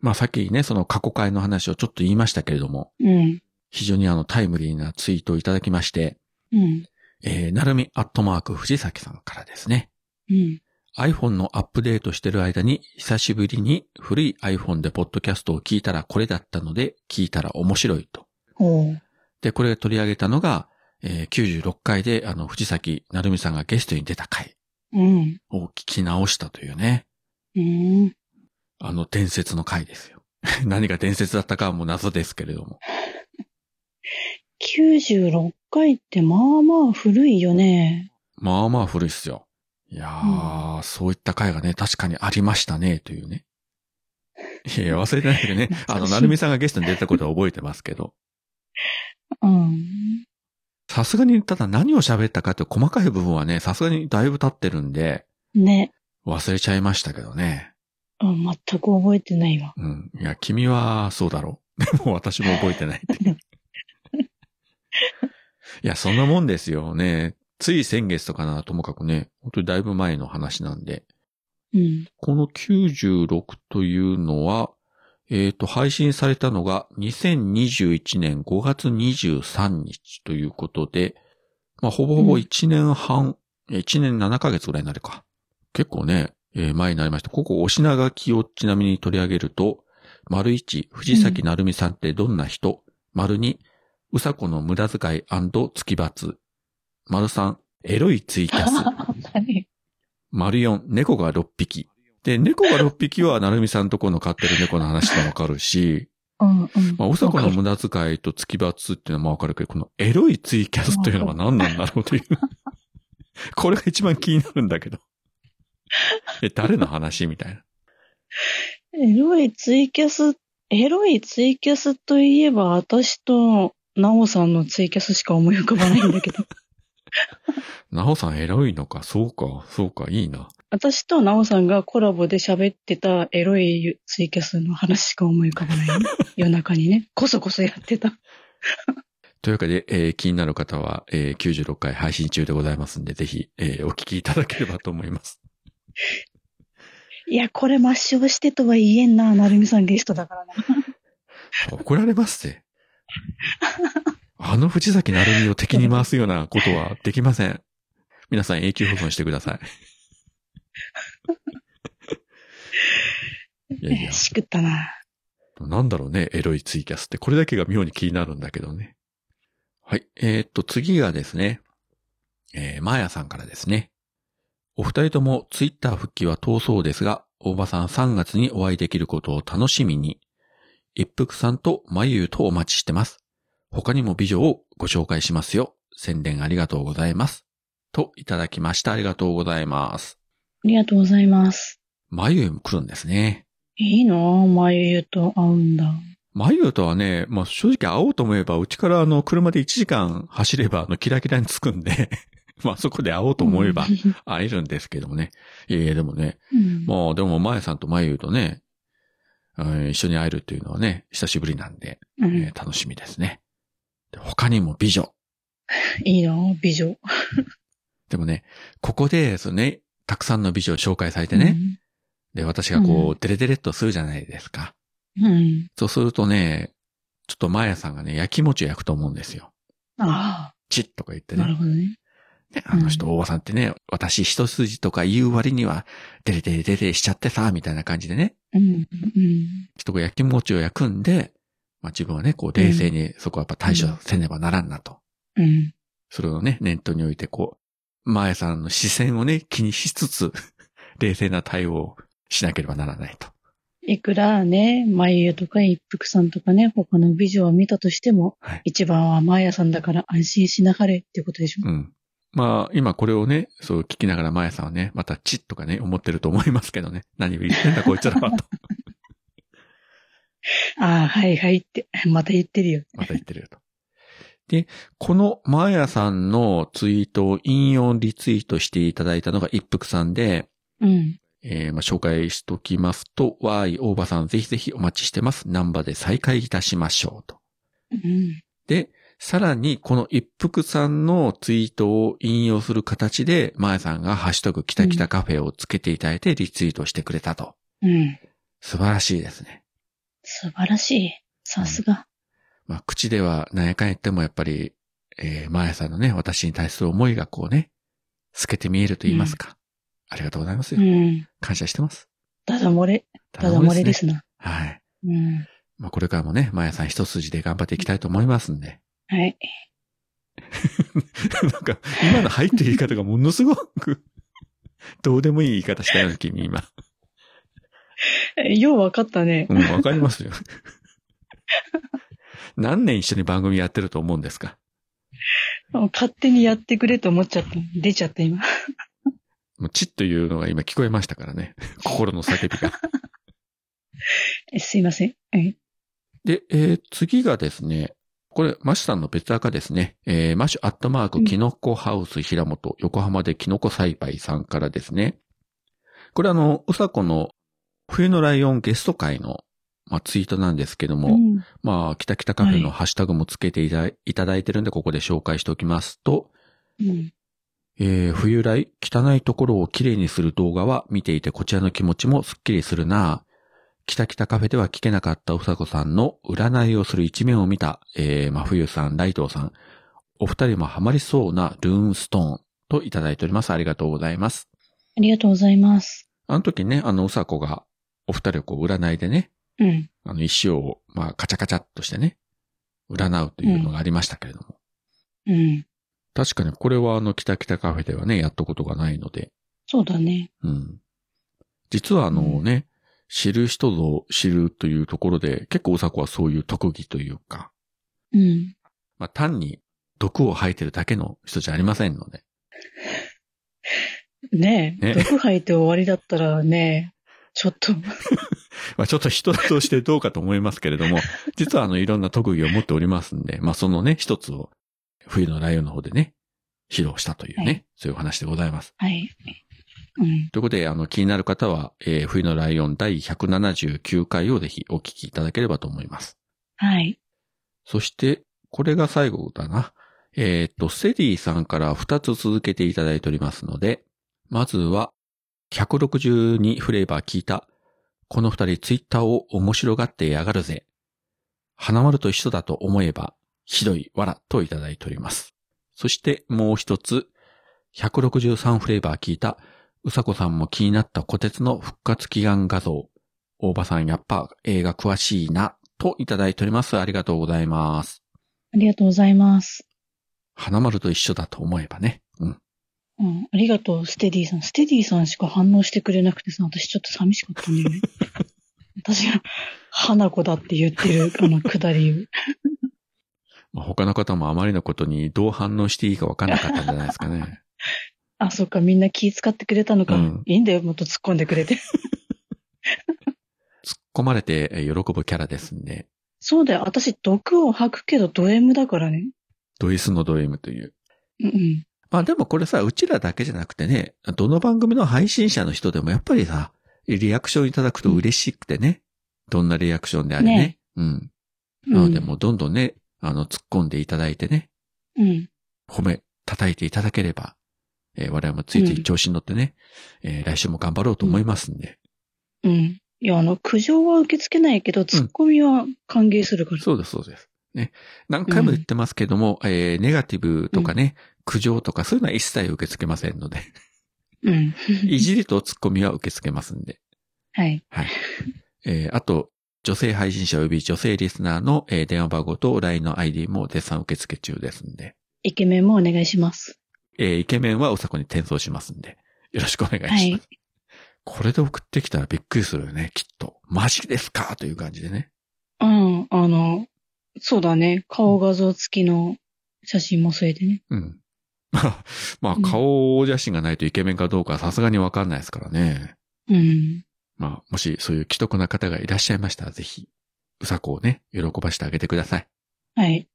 まあさっきね、その過去会の話をちょっと言いましたけれども、
うん。
非常にあのタイムリーなツイートをいただきまして、
うん。
えー、なるみアットマーク藤崎さんからですね。
うん。
iPhone のアップデートしてる間に、久しぶりに古い iPhone でポッドキャストを聞いたらこれだったので、聞いたら面白いと。
ほう。
で、これ取り上げたのが、えー、96回であの藤崎なるみさんがゲストに出た回
うん。
を聞き直したというね、
うん。
あの伝説の回ですよ。 何が伝説だったかはもう謎ですけれども。
96回ってまあまあ古いよね。。
まあまあ古いっすよ。いやー、そういった回がね、確かにありましたね、というね。いやいや、忘れてないけどねあ
懐
の、
かしい
なるみさんがゲストに出たことは覚えてますけど。
うん。
さすがに、ただ何を喋ったかって細かい部分はね、さすがにだいぶ経ってるんで、
ね。
忘れちゃいましたけどね。
うん全く覚えてないわ。
うん。いや、君はそうだろう。 でも私も覚えてないって。 いや、そんなもんですよね。つい先月とかならともかくね、本当にだいぶ前の話なんで。
うん。
この96というのは、えっ、と、配信されたのが2021年5月23日ということで、まあ、ほぼほぼ1年半、えー1年7ヶ月ぐらいになるか。結構ね、えー前になりました。ここ、お品書きをちなみに取り上げると、丸1、藤崎なるみさんってどんな人、丸2、うさこの無駄遣い月罰。丸3、エロいツイキャス。
何
丸四、猫が6匹。で、猫が6匹は、なるみさんとこの飼ってる猫の話がわかるし、
うんうん。
まあ、おさこの
わか
無
る
駄遣いと月罰っていうのもわかるけど、このエロいツイキャスというのは何なんだろうという。これが一番気になるんだけど。え、誰の話みたいな。
エロいツイキャス、エロいツイキャスといえば、私と、ナオさんのツイキャスしか思い浮かばないんだけど。
なおさんエロいのか、そうか、そうか、いいな。
私とナオさんがコラボで喋ってたエロいツイキャスの話しか思い浮かばない ね。夜中にね。こそこそやってた。
というわけで、えー気になる方は、えー96回配信中でございますんで、ぜひ、えーお聞きいただければと思います。
いや、これ抹消してとは言えんな。なるみさんゲストだからな。
怒られますぜ。あの藤崎なるみを敵に回すようなことはできません。皆さん永久保存してください。いやいや、
しくったな。
なんだろうね、エロいツイキャスって。これだけが妙に気になるんだけどね。はい。えーっと、次がですね、えー、マーヤさんからですね。お二人ともツイッター復帰は遠そうですが、大場さん3月にお会いできることを楽しみに、一服さんとまゆゆとお待ちしてます。他にも美女をご紹介しますよ。宣伝ありがとうございます。といただきました。ありがとうございます。
ありがとうございます。
まゆゆも来るんですね。
いいなぁ、まゆゆと会うんだ。
マユとはね、まあ、正直会おうと思えば、うちからあの、車で1時間走れば、あの、キラキラに着くんで、 まあ、そこで会おうと思えば
う、ん
会えるんですけどもね。いやいや、でもね、
うん
まあ、でも、まやさんとまゆとね、うん一緒に会えるっていうのはね、久しぶりなんで、
う
え
ん
ー楽しみですね。で他にも美女。
いいなぁ、美女。
でもね、ここで、そのね、たくさんの美女を紹介されてね、で、私がこ
う
う、デレデレっとするじゃないですか。
うん。うん。
そうするとね、ちょっとまやさんがね、焼き餅を焼くと思うんですよ。
あ
チッとか言って
あ、なる
ね。
ほどね。
ねあの人、大場さんってね、私一筋とか言う割には、デレデレデレしちゃってさ、みたいな感じでね、
うん。うん。
人が焼き餅を焼くんで、まあ自分はね、こう冷静にそこはやっぱ対処せねばならんなと。
うん。
それをね、念頭に置いてこう、前さんの視線をね、気にしつつ、 冷静な対応をしなければならないと。
いくらね、まゆゆとか一服さんとかね、他の美女を見たとしても、
はい
一番はまやさんだから安心しなはれっていうことでしょ。
うん。まあ、今これをね、そう聞きながら、まやさんはね、またチッとかね、思ってると思いますけどね。何を言ってんだこいつらは、と。
ああ、はいはいって、また言ってるよ。
また言ってるよと。で、このマーヤさんのツイートを引用リツイートしていただいたのが一服さんで、
うん。
えーまあ、紹介しときますと、わーい、大場さん、ぜひぜひお待ちしてます。ナンバで再開いたしましょうと。
うん。
で、さらに、この一服さんのツイートを引用する形で、まやさんがハッシュタグ、きたきたカフェをつけていただいてリツイートしてくれたと。
うん。
素晴らしいですね。
素晴らしい。さすが。
まあ、口では何やかんや言ってもやっぱり、えー、マーヤさんのね、私に対する思いがこうね、透けて見えると言いますか。ありがとうございます
う
よ。
ん。
感謝してます。
だだ漏れ、
た
だだ漏れですな。
はい。
うん。
まあ、これからもね、マーヤさん一筋で頑張っていきたいと思いますんで。
はい。
なんか、今の入って言い方が ものすごく、どうでもいい言い方したような君今。
よう分かったね。
うん、わかりますよ。 何年一緒に番組やってると思うんですか
勝手にやってくれと思っちゃった。出ちゃった、今。
もうチッというのが今聞こえましたからね。心の叫びが。
えすいません。はい。
で、えー次がですね、これ、マシュさんの別赤ですね。えーマシュアットマーク、キノコハウス平本、横浜でキノコ栽培さんからですね。これあの、うさこの冬のライオンゲスト会の、まあ、ツイートなんですけども、
うん
まあ、キタキタカフェのハッシュタグもつけていた,、い、ただいてるんで、ここで紹介しておきますと、
うん。
えー冬来、汚いところをきれいにする動画は見ていてこちらの気持ちもスッキリするなぁ。キタキタカフェでは聞けなかったうさこさんの占いをする一面を見た、えー、真冬さん、ライトーさん、お二人もハマりそうなルーンストーンといただいております。ありがとうございます。
ありがとうございます。
あの時ね、あのうさこが、お二人をこう占いでね、
うん。
あの石を、まあ、カチャカチャっとしてね、占うというのがありましたけれども。
うん。
確かにこれはあの、キタキタカフェではね、やったことがないので、
そうだね。
うん。実はあのね、知る人ぞ知るというところで、結構うさこはそういう特技というか、
うん。
まあ単に毒を吐いてるだけの人じゃありませんので。
ね
ね
え。毒吐いて終わりだったらね、ちょっと、
まあちょっと人としてどうかと思いますけれど も、実はあのいろんな特技を持っておりますんで、まあそのね、一つを冬のライオンの方でね、披露したというね、
はい
そういうお話でございます。
はい。うん。
ということで、あの気になる方は、えー冬のライオン第179回をぜひお聞きいただければと思います。
はい。
そして、これが最後だな。えーっと、セディさんから2つ続けていただいておりますので、まずは、162フレーバー聞いた。この2人ツイッターを面白がってやがるぜ。花丸と一緒だと思えば、ひどいわらといただいております。そしてもう一つ、163フレーバー聞いた。うさこさんも気になった小鉄の復活祈願画像。大場さんやっぱ映画詳しいな、といただいております。ありがとうございます。
ありがとうございます。
花丸と一緒だと思えばね。うん。
うん。ありがとう、ステディさん。ステディさんしか反応してくれなくてさ、私ちょっと寂しかったね。 私が、花子だって言ってる、あの、くだり
まあ他の方もあまりのことにどう反応していいかわからなかったんじゃないですかね。
あ、そっか、みんな気使ってくれたのか。
うん
いいんだよ、もっと突っ込んでくれて。
突っ込まれてえー喜ぶキャラですんで、
そうだよ、私、毒を吐くけど、ド M だからね。
ド S のド M という。
うんうん。
まあでもこれさ、うちらだけじゃなくてね、どの番組の配信者の人でもやっぱりさ、リアクションいただくと嬉しくてね。どんなリアクションであれね。
ね
うん。
う
なの
ん、
でもうどんどんね、あの、突っ込んでいただいてね。
うん。
褒め、叩いていただければ、えー我々もついつい調子に乗ってね、えー来週も頑張ろうと思いますんで。
うん。いや、あの、苦情は受け付けないけど、突っ込みは歓迎するから。
そうです、そうです。ね。何回も言ってますけども、えーネガティブとかね、苦情とかそういうのは一切受け付けませんので、
うん。
いじりとツッコミは受け付けますんで。
はい。
はい。えーあと、女性配信者及び女性リスナーの、えー電話番号と LINE の ID も絶賛受付中ですんで、
イケメンもお願いします。
えーイケメンはおさこに転送しますんで、よろしくお願いします。
はい
これで送ってきたらびっくりするよね、きっと。マジですかという感じでね。
うん。あの、そうだね。顔画像付きの写真も添えてね。
うん。まあ、 まあ
うん
顔写真がないとイケメンかどうかはさすがにわかんないですからね。
うん。
まあ、もしそういう既得な方がいらっしゃいましたら、ぜひ、うさこをね、喜ばしてあげてください。
はい。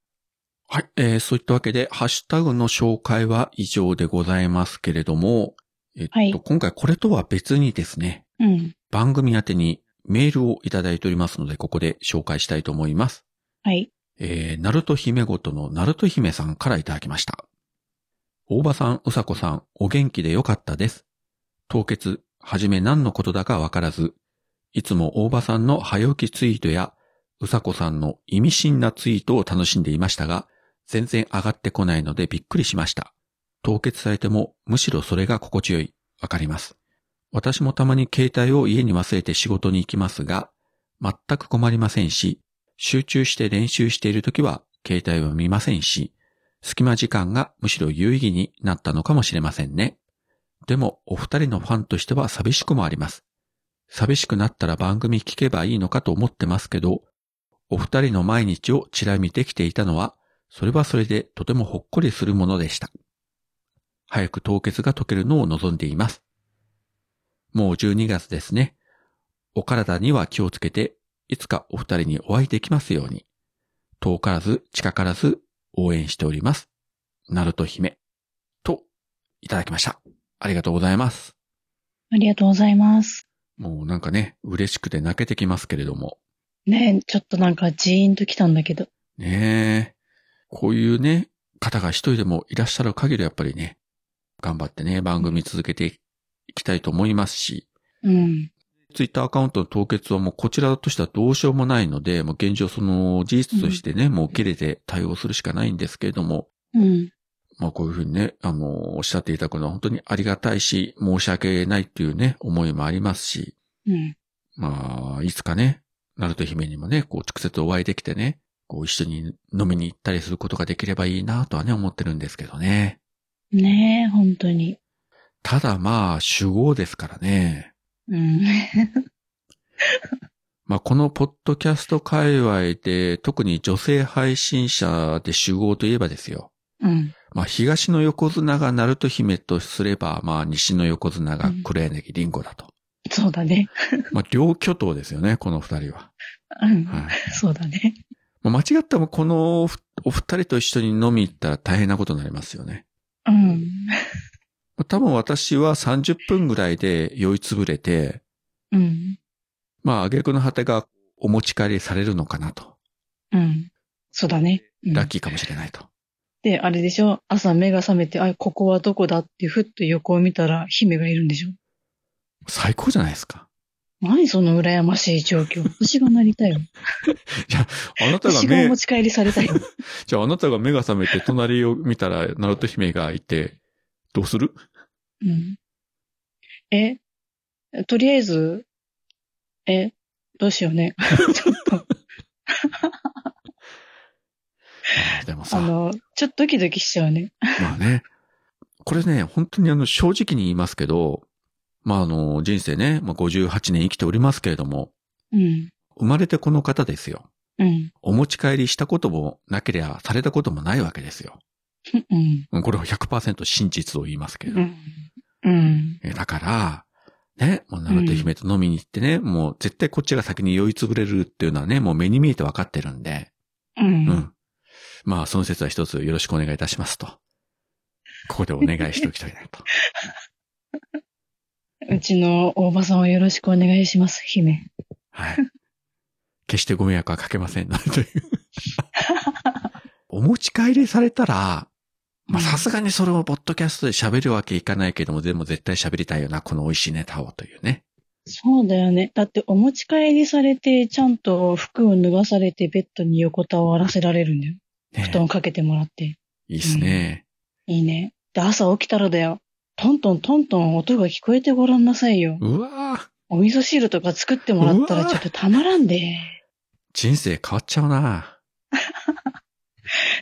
はい。えー、そういったわけで、ハッシュタグの紹介は以上でございますけれども、えっと、
はい
今回これとは別にですね、
うん。
番組宛てにメールをいただいておりますので、ここで紹介したいと思います。
はい。
えー、ナルト姫ごとのナルト姫さんからいただきました。大場さん、うさこさん、お元気でよかったです。凍結、はじめ何のことだかわからず、いつも大場さんの早起きツイートや、うさこさんの意味深なツイートを楽しんでいましたが、全然上がってこないのでびっくりしました。凍結されても、むしろそれが心地よい。わかります。私もたまに携帯を家に忘れて仕事に行きますが、全く困りませんし、集中して練習しているときは携帯を見ませんし、隙間時間がむしろ有意義になったのかもしれませんね。でも、お二人のファンとしては寂しくもあります。寂しくなったら番組聞けばいいのかと思ってますけど、お二人の毎日をちら見てきていたのは、それはそれでとてもほっこりするものでした。早く凍結が解けるのを望んでいます。もう12月ですね。お体には気をつけて、いつかお二人にお会いできますように。遠からず、近からず、応援しております。ナルト姫。と、いただきました。ありがとうございます。
ありがとうございます。
もうなんかね、嬉しくて泣けてきますけれども。
ねえ、ちょっとなんかジーンと来たんだけど。
ねえ。こういうね、方が一人でもいらっしゃる限りやっぱりね、頑張ってね、番組続けていきたいと思いますし、
うん。
ツイッターアカウントの凍結はもうこちらとしてはどうしようもないので、もう現状その事実としてね、もう切れて対応するしかないんですけれども、
うん。
まあこういうふうにね、あの、おっしゃっていただくのは本当にありがたいし、申し訳ないというね、思いもありますし、
うん。
まあ、いつかね、ナルト姫にもね、こう直接お会いできてね、こう一緒に飲みに行ったりすることができればいいなとはね、思ってるんですけどね。
ねえ、本当に。
ただまあ、主語ですからね。
うん。
まあ、このポッドキャスト界隈で、特に女性配信者で主語といえばですよ。
うん。
まあ、東の横綱がナルト姫とすれば、まあ、西の横綱が黒柳りんごだと。
そうだね。
まあ、両巨頭ですよね、この二人は。
うん。
はい。
そうだね。
まあ間違ってもこのおお二人と一緒に飲み行ったら大変なことになりますよね。
うん。
まあ多分私は30分ぐらいで酔いつぶれて、
うん。
まあ、挙句の果てがお持ち帰りされるのかなと。
うん。そうだね。うん
ラッキーかもしれないと。
で、あれでしょ朝目が覚めて、あ、ここはどこだってふっと横を見たら姫がいるんでしょ
最高じゃないですか。
何その羨ましい状 況。私がなりたいよ。
あなたが
私がお
目
持、ち帰りされたいよ。
じゃああなたが目が覚めて隣を見たら、ナルト姫がいて、どうする
うん。え、とりあえず、え、どうしよう ね。ちょっと、
あでもさ
あ、の、ちょっとドキドキしちゃうね。
まあね。これね、本当にあの、正直に言いますけど、まああの、人生ね、まあ、58年生きておりますけれども、
うん。
生まれてこの方ですよ。
うん。
お持ち帰りしたこともなければされたこともないわけですよ。
うん。
うんこれは100%真実を言いますけれど。
うん。うん。
えだから、ね、もうナルト姫と飲みに行ってね、もう絶対こっちが先に酔いつぶれるっていうのはね、もう目に見えてわかってるんで、う
う
ん。
ん。
まあ、その説は一つよろしくお願いいたしますと。ここでお願いしておきたいなと。
うちの大場さんをよろしくお願いします、姫。
はい。決してご迷惑はかけませんのでと いう。お持ち帰りされたら、まあ、さすがにそれをポッドキャストで喋るわけいかないけども、でも絶対喋りたいよな、この美味しいネタをというね。
そうだよね。だってお持ち帰りされて、ちゃんと服を脱がされて、ベッドに横たわらせられるんだよ。
ね
布団かけてもらって。
いいっすね。
いいね。で、朝起きたらだよ。トントントントン音が聞こえてごらんなさいよ。
うわぁ、
お味噌汁とか作ってもらったら
うわ
ちょっとたまらんで。
人生変わっちゃうな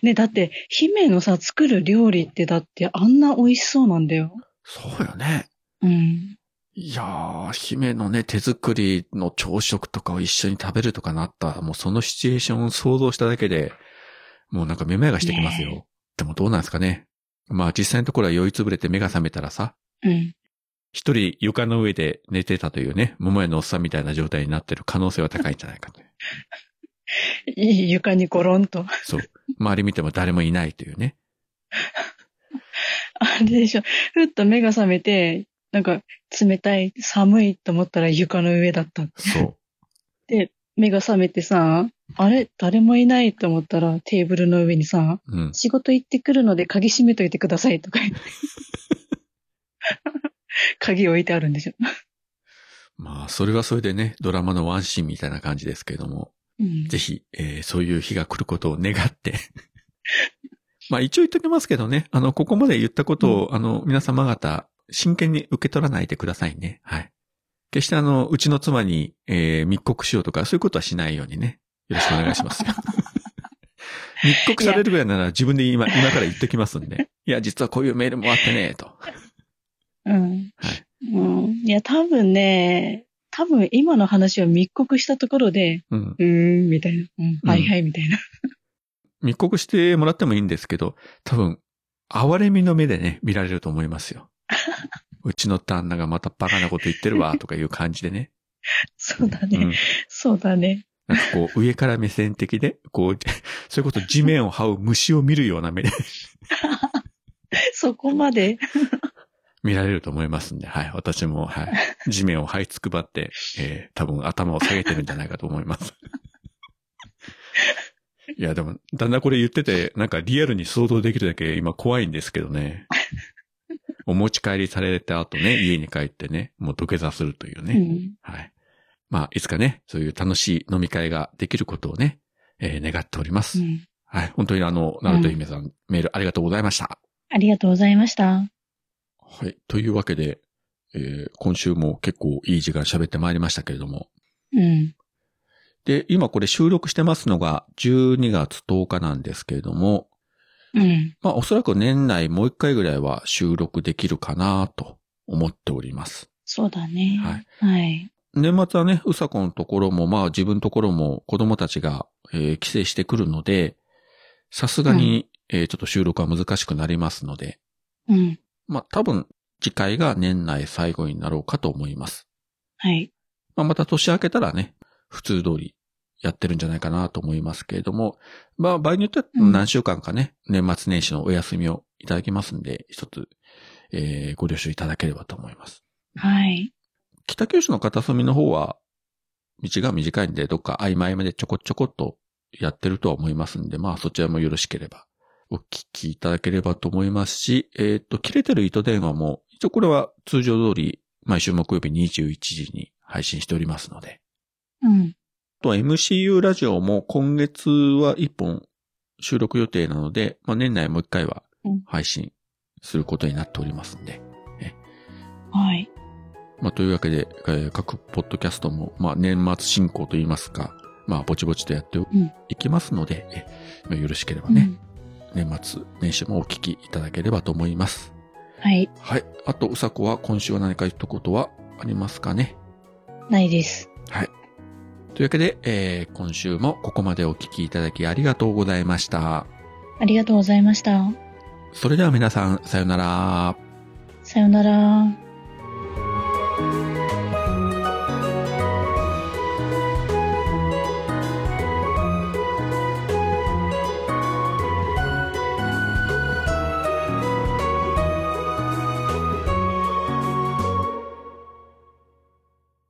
ね、だって、姫のさ、作る料理ってだってあんな美味しそうなんだよ。
そうよね。
うん。
いやー、姫のね、手作りの朝食とかを一緒に食べるとかなったら、もうそのシチュエーションを想像しただけで、もうなんかめまいがしてきますよ。
ね
でもどうなんですかね。まあ実際のところは酔いつぶれて目が覚めたらさ、
うん。
一人床の上で寝てたというね、桃屋のおっさんみたいな状態になってる可能性は高いんじゃないかという。
いい床にゴロンと。
そう。周り見ても誰もいないというね。
あれでしょ。ふっと目が覚めて、なんか、冷たい、寒いと思ったら床の上だった。
そう。
目が覚めてさ、あれ誰もいないと思ったらテーブルの上にさ、
うん。
仕事行ってくるので鍵閉めといてくださいとか言 って。鍵置いてあるんでしょ。
まあ、それはそれでね、ドラマのワンシーンみたいな感じですけれども、
うん
ぜひ、えーそういう日が来ることを願って。 まあ一応言っときますけどね、あの、ここまで言ったことを、あの、皆様方、真剣に受け取らないでくださいね。はい。決してあの、うちの妻に、えー密告しようとか、そういうことはしないようにね、よろしくお願いしますよ。 密告されるぐらいなら自分で今、今から言っときますんで。いや、実はこういうメールもあってね、と。
うん。
はい
うん。いや、多分ね、多分今の話を密告したところで、
うん。
うーん、みたいな。うん、はいはい、みたいな。
密告してもらってもいいんですけど、多分、哀れみの目でね、見られると思いますよ。うちの旦那がまたバカなこと言ってるわ、とかいう感じでね。
そうだ
う
ね。
ん。
そうだね。
なんかこう、上から目線的で、こう、 それこそ地面を這う虫を見るような目で
そこまで。
見られると思いますんで、はい。私も、はい。地面を這いつくばって、えー、多分頭を下げてるんじゃないかと思います。 いや、でも、だんだんこれ言ってて、なんかリアルに想像できるだけ今怖いんですけどね。お持ち帰りされた後ね、家に帰ってね、もう土下座するというね。
うん。
はい。まあ、いつかね、そういう楽しい飲み会ができることをね、えー願っております。
うん。
はい。本当にあの、ナルト姫さん、メールありがとうございました。
ありがとうございました。
はい。というわけで、えー今週も結構いい時間喋ってまいりましたけれども。
うん。
で、今これ収録してますのが12月10日なんですけれども、
うん。
まあおそらく年内もう一回ぐらいは収録できるかなと思っております。
そうだね。
はい。
はい。
年末はね、うさこのところも、まあ自分のところも子供たちが、えー帰省してくるので、さすがに、えーちょっと収録は難しくなりますので、
うん。
まあ多分次回が年内最後になろうかと思います。
はい。
まあまた年明けたらね、普通通りやってるんじゃないかなと思いますけれども、まあ場合によっては
うん
何週間かね、年末年始のお休みをいただきますんで、一つ、えーご了承いただければと思います。
はい。
北九州の片隅の方は、道が短いんで、どっか曖昧までちょこちょこっとやってるとは思いますんで、まあそちらもよろしければ、お聞きいただければと思いますし、えっ、と、切れてる糸電話も、一応これは通常通り、毎週木曜日21時に配信しておりますので、
うん。
あとは MCU ラジオも今月は1本収録予定なので、まあ年内もう1回は配信することになっておりますんで、
はい。
まあ、というわけで、えー各ポッドキャストも、まあ、年末進行といいますか、まあ、ぼちぼちとやって
ん
いきますので、えまあよろしければ
うん
ね、年末年始もお聞きいただければと思います。
はい。
はい。あと、うさこは今週は何か言ったことはありますかね
ないです。
というわけで、えー今週もここまでお聞きいただきありがとうございました。
ありがとうございました。
それでは皆さん、さようなら。
さよなら。